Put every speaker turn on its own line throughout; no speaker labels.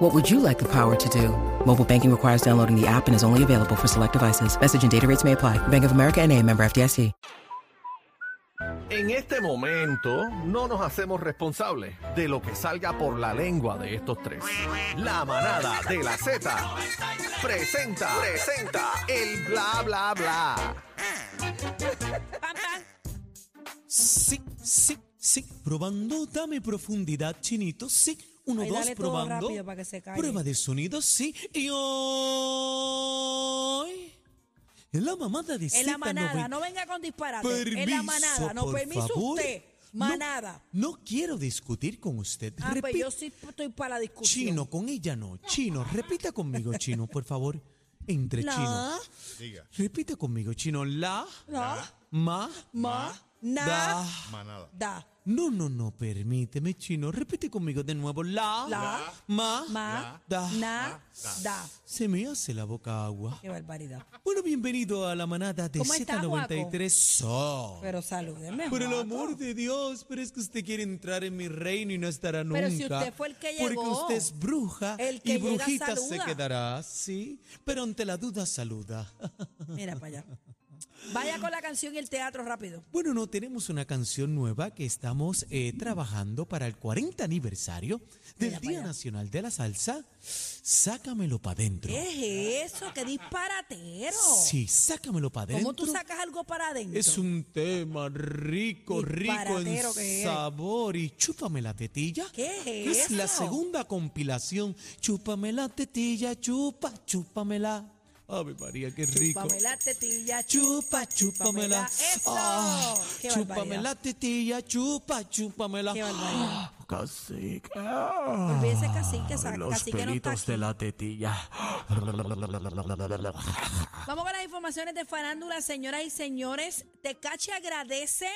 What would you like the power to do? Mobile banking requires downloading the app and is only available for select devices. Message and data rates may apply. Bank of America and a member FDIC.
En este momento no nos hacemos responsables de lo que salga por la lengua de estos tres. La manada de la Z presenta, presenta el bla bla bla.
Sí, sí, sí. Probando, dame profundidad, chinito. Sí, uno,
Ay,
dos,
dale todo
probando.
rápido para que se calle.
Prueba de sonido, sí. Y hoy. En la mamada de
En la manada,
Z90.
no venga con disparates.
Permiso,
en la manada, no
por
permiso
favor.
usted.
No,
Manada.
No, quiero discutir con usted.
Ah, pues
Repito,
yo sí estoy para la discusión.
Chino, con ella no. Chino, repita conmigo, chino, por favor. Entre
La,
chino. Repita conmigo, chino. La,
la,
ma,
ma, na,
da.
da.
No, no, no, permíteme, chino. Repite conmigo de nuevo. La,
La,
ma,
Ma,
da.
na, da.
Se me hace la boca agua.
Qué barbaridad.
Bueno, bienvenido a la manada de
¿Cómo está,
Z93. So.
Pero salúdeme.
Por el
Juaco.
amor de Dios, pero es que usted quiere entrar en mi reino y no estará nunca.
Pero si usted fue el que
Porque
llegó.
usted es bruja
El que
y
llega
brujita se
saluda.
quedará, sí. Pero ante la duda saluda.
Mira para allá. Vaya con la canción y el teatro rápido.
Bueno, no tenemos una canción nueva que estamos eh, trabajando para el 40 aniversario del
Mira pa'
Día
allá.
Nacional de la Salsa. Sácamelo para adentro.
¿Qué es eso? ¡Qué disparatero!
Sí, sácamelo para adentro.
¿Cómo tú sacas algo para adentro?
Es un tema rico, rico
Disparatero
en
que es.
sabor. Y chúpame la tetilla.
¿Qué es
es la
eso?
segunda compilación. Chúpame la tetilla, chupa, chúpamela. Ave María, qué rico.
Chúpame la tetilla,
Chupa, chúpamela.
¡Eso!
Ah,
¡Qué
chúpame
barbaridad.
la tetilla, chupa, chúpamela.
¡Qué barbaridad!
Cacique.
Olvídese cacique, sa-
Los
cacique no está
pelitos de
aquí.
la tetilla.
Vamos con las informaciones de farándula, señoras y señores. Tecachi agradece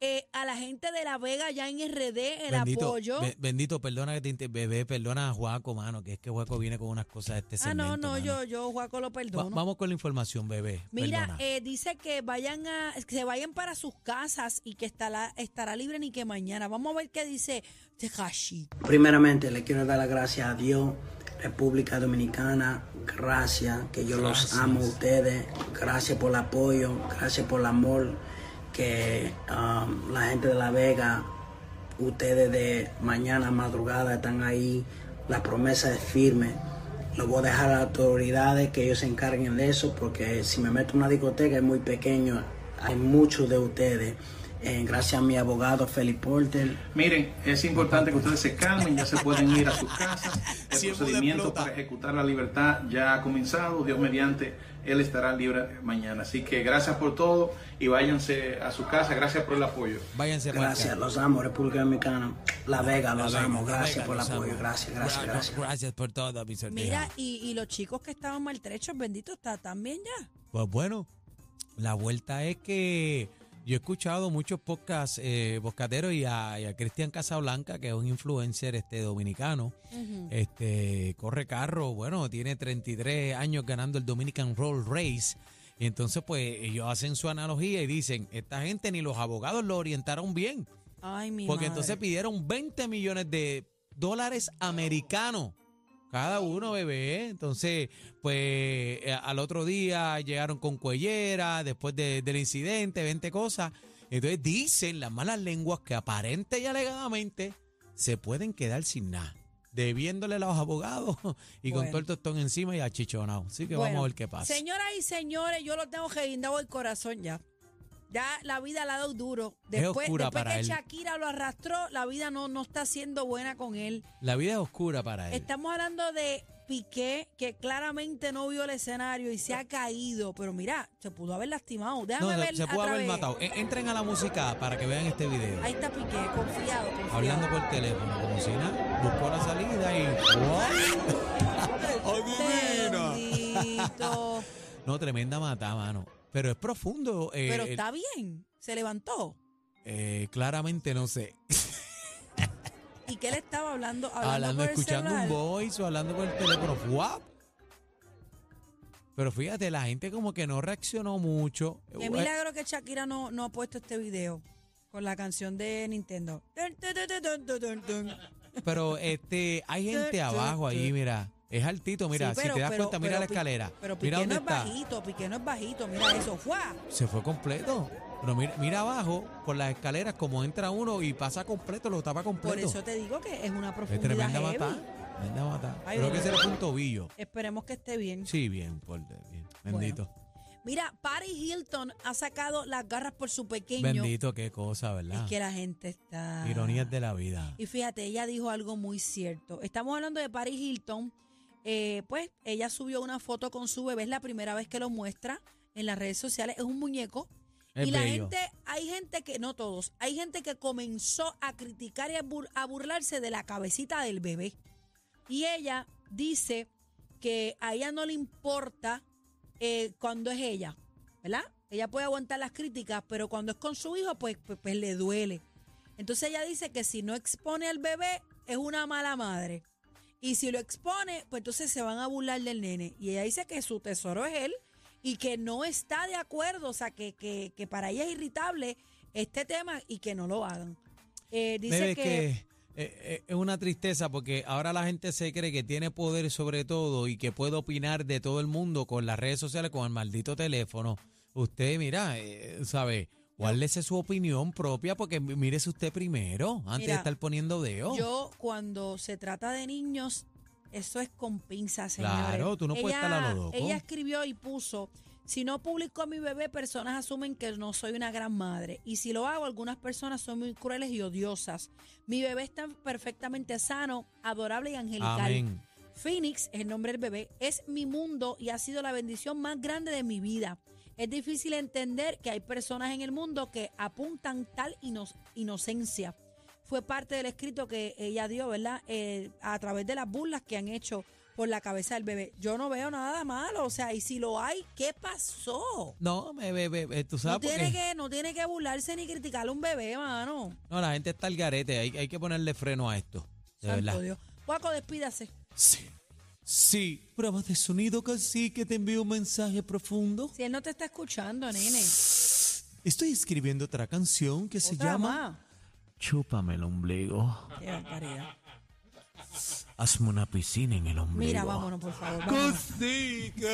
eh, a la gente de La Vega ya en RD el apoyo.
be- bendito, perdona que te inter- bebé, perdona a Juaco, mano, que es que Juaco viene con unas cosas de este
ah,
segmento,
no, no,
mano.
yo, yo, Juaco, lo
Va-
perdono.
vamos con la información, bebé.
Mira,
perdona.
eh, dice que vayan a, que se vayan para sus casas y que estará, estará libre ni que mañana. Vamos a ver qué dice Tecachi.
Primeramente, le quiero dar las gracias a Dios, República Dominicana. Gracias, que yo los amo a ustedes. Gracias por el apoyo, gracias por el amor que um, la gente de La Vega, ustedes de mañana madrugada están ahí. La promesa es firme. Lo voy a dejar a las autoridades que ellos se encarguen de eso, porque si me meto en una discoteca es muy pequeño. Hay muchos de ustedes. Eh, gracias a mi abogado Felipe Porter.
Miren, es importante que ustedes se calmen, ya se pueden ir a sus casas. El
Siempre
procedimiento
explota.
para ejecutar la libertad ya ha comenzado. Dios mediante, él estará libre mañana. Así que gracias por todo y váyanse a su casa. Gracias por el apoyo.
Váyanse para
Gracias, los amo, República Dominicana. La Vega, los
La
amo.
Vega,
Gracias
la
por el
Vega, los
apoyo.
amo.
Gracias, gracias, gracias.
Gracias por todo, mis
Mira,
hormigas.
y, y los chicos que estaban maltrechos, bendito, está también ya.
Pues bueno, la vuelta es que yo he escuchado muchos podcasts, eh, podcasteros y a, y a Cristian Casablanca, que es un influencer este dominicano, este corre carro, bueno, tiene 33 años ganando el Dominican Roll Race. Y entonces, pues, ellos hacen su analogía y dicen, esta gente ni los abogados lo orientaron bien.
Ay, mi
Porque
madre.
entonces pidieron 20 millones de dólares americanos. Cada uno, bebé. Entonces, pues eh, al otro día llegaron con cuellera, después de- del incidente, 20 cosas. Entonces dicen las malas lenguas que aparente y alegadamente se pueden quedar sin nada. Debiéndole a los abogados y con
Bueno.
todo el tostón encima y achichonado. Así que
Bueno,
vamos a ver qué pasa.
Señoras y señores, yo lo tengo que guindado el corazón ya. Ya la vida le ha dado duro.
Es
Después,
oscura
después
para
que
él.
Shakira lo arrastró, la vida no, no está siendo buena con él.
La vida es oscura para él.
Estamos hablando de Piqué, que claramente no vio el escenario y se ha caído. Pero mira, se pudo haber lastimado.
No,
Déjame
se,
ver
se pudo
otra
haber
vez.
matado. E- Entren a la música para que vean este video.
Ahí está Piqué, confiado, confiado.
Hablando por teléfono, como si nada, buscó la salida y. ¡Wow! ¡Adivina!
Bendito.
No, tremenda mata, mano. Pero es profundo. eh,
Pero
el-
está bien, se levantó.
eh, claramente no sé.
¿Y qué le estaba hablando? Hablando,
Hablando,
por el
escuchando
celular.
un voice o hablando por el teléfono. ¡Guap! Pero fíjate, la gente como que no reaccionó mucho. Eh,
Qué milagro que Shakira no, no ha puesto este video con la canción de Nintendo. Dun, dun, dun, dun, dun, dun, dun.
Pero este, hay gente
Tut, tut,
abajo ahí,
tut.
mira. Es altito, mira.
Sí,
si
pero-
te das
pero-
cuenta, mira
pero
la
Pi-
escalera.
Pero Piqué
mira
no
dónde
es
está.
bajito, Piqué no es bajito. Mira eso, ¡fua!
Se fue completo. Pero mira, mira abajo, por las escaleras, como entra uno y pasa completo, lo tapa completo.
Por eso te digo que es una
es
profundidad
tremenda
heavy.
matada. Tremenda matada.
Ay,
Creo
Dios.
que se le fue un tobillo.
Esperemos que esté bien.
Sí, bien, por bien. Bendito.
Mira, Paris Hilton ha sacado las garras por su pequeño.
Bendito, qué cosa, ¿verdad?
Es que la gente está.
Ironías de la vida.
Y fíjate, ella dijo algo muy cierto. Estamos hablando de Paris Hilton. Eh, pues ella subió una foto con su bebé, es la primera vez que lo muestra en las redes sociales. Es un muñeco.
Es
y la
bello.
gente, hay gente que, no todos, hay gente que comenzó a criticar y a, bur- a burlarse de la cabecita del bebé. Y ella dice que a ella no le importa eh, cuando es ella, ¿verdad? Ella puede aguantar las críticas, pero cuando es con su hijo, pues, pues, pues le duele. Entonces ella dice que si no expone al bebé, es una mala madre. Y si lo expone, pues entonces se van a burlar del nene. Y ella dice que su tesoro es él y que no está de acuerdo, o sea, que, que, que para ella es irritable este tema y que no lo hagan. Eh, dice
Nene, es
que,
que eh, eh, es una tristeza porque ahora la gente se cree que tiene poder sobre todo y que puede opinar de todo el mundo con las redes sociales, con el maldito teléfono. Usted, mira, eh, sabe, guárdese su opinión propia porque mi- mírese usted primero antes
Mira,
de estar poniendo dedo.
yo cuando se trata de niños, eso es con pinzas, señores.
Claro, tú no puedes
Ella-
estar a lo loco.
Ella escribió y puso, si no publico a mi bebé, personas asumen que no soy una gran madre. Y si lo hago, algunas personas son muy crueles y odiosas. Mi bebé está perfectamente sano, adorable y angelical.
Amén.
Phoenix, es el nombre del bebé, es mi mundo y ha sido la bendición más grande de mi vida. Es difícil entender que hay personas en el mundo que apuntan tal ino- inocencia. Fue parte del escrito que ella dio, ¿verdad? Eh, a través de las burlas que han hecho por la cabeza del bebé. Yo no veo nada malo, o sea, y si lo hay, ¿qué pasó?
No, me, me- me- me- tú
No
sabes por
tiene,
qué?
que, no tiene que burlarse ni criticar a un bebé, mano.
No, la gente está al garete, hay, hay que ponerle freno a esto. De
Santo
verdad.
Dios. Paco, despídase.
Sí. Sí, pruebas de sonido casi que te envío un mensaje profundo.
Si él no te está escuchando, nene.
Estoy escribiendo otra canción que se
Otra
llama Chúpame el ombligo.
más. Qué barbaridad.
Hazme una piscina en el ombligo.
Mira, vámonos, por favor. vámonos.
Cosica.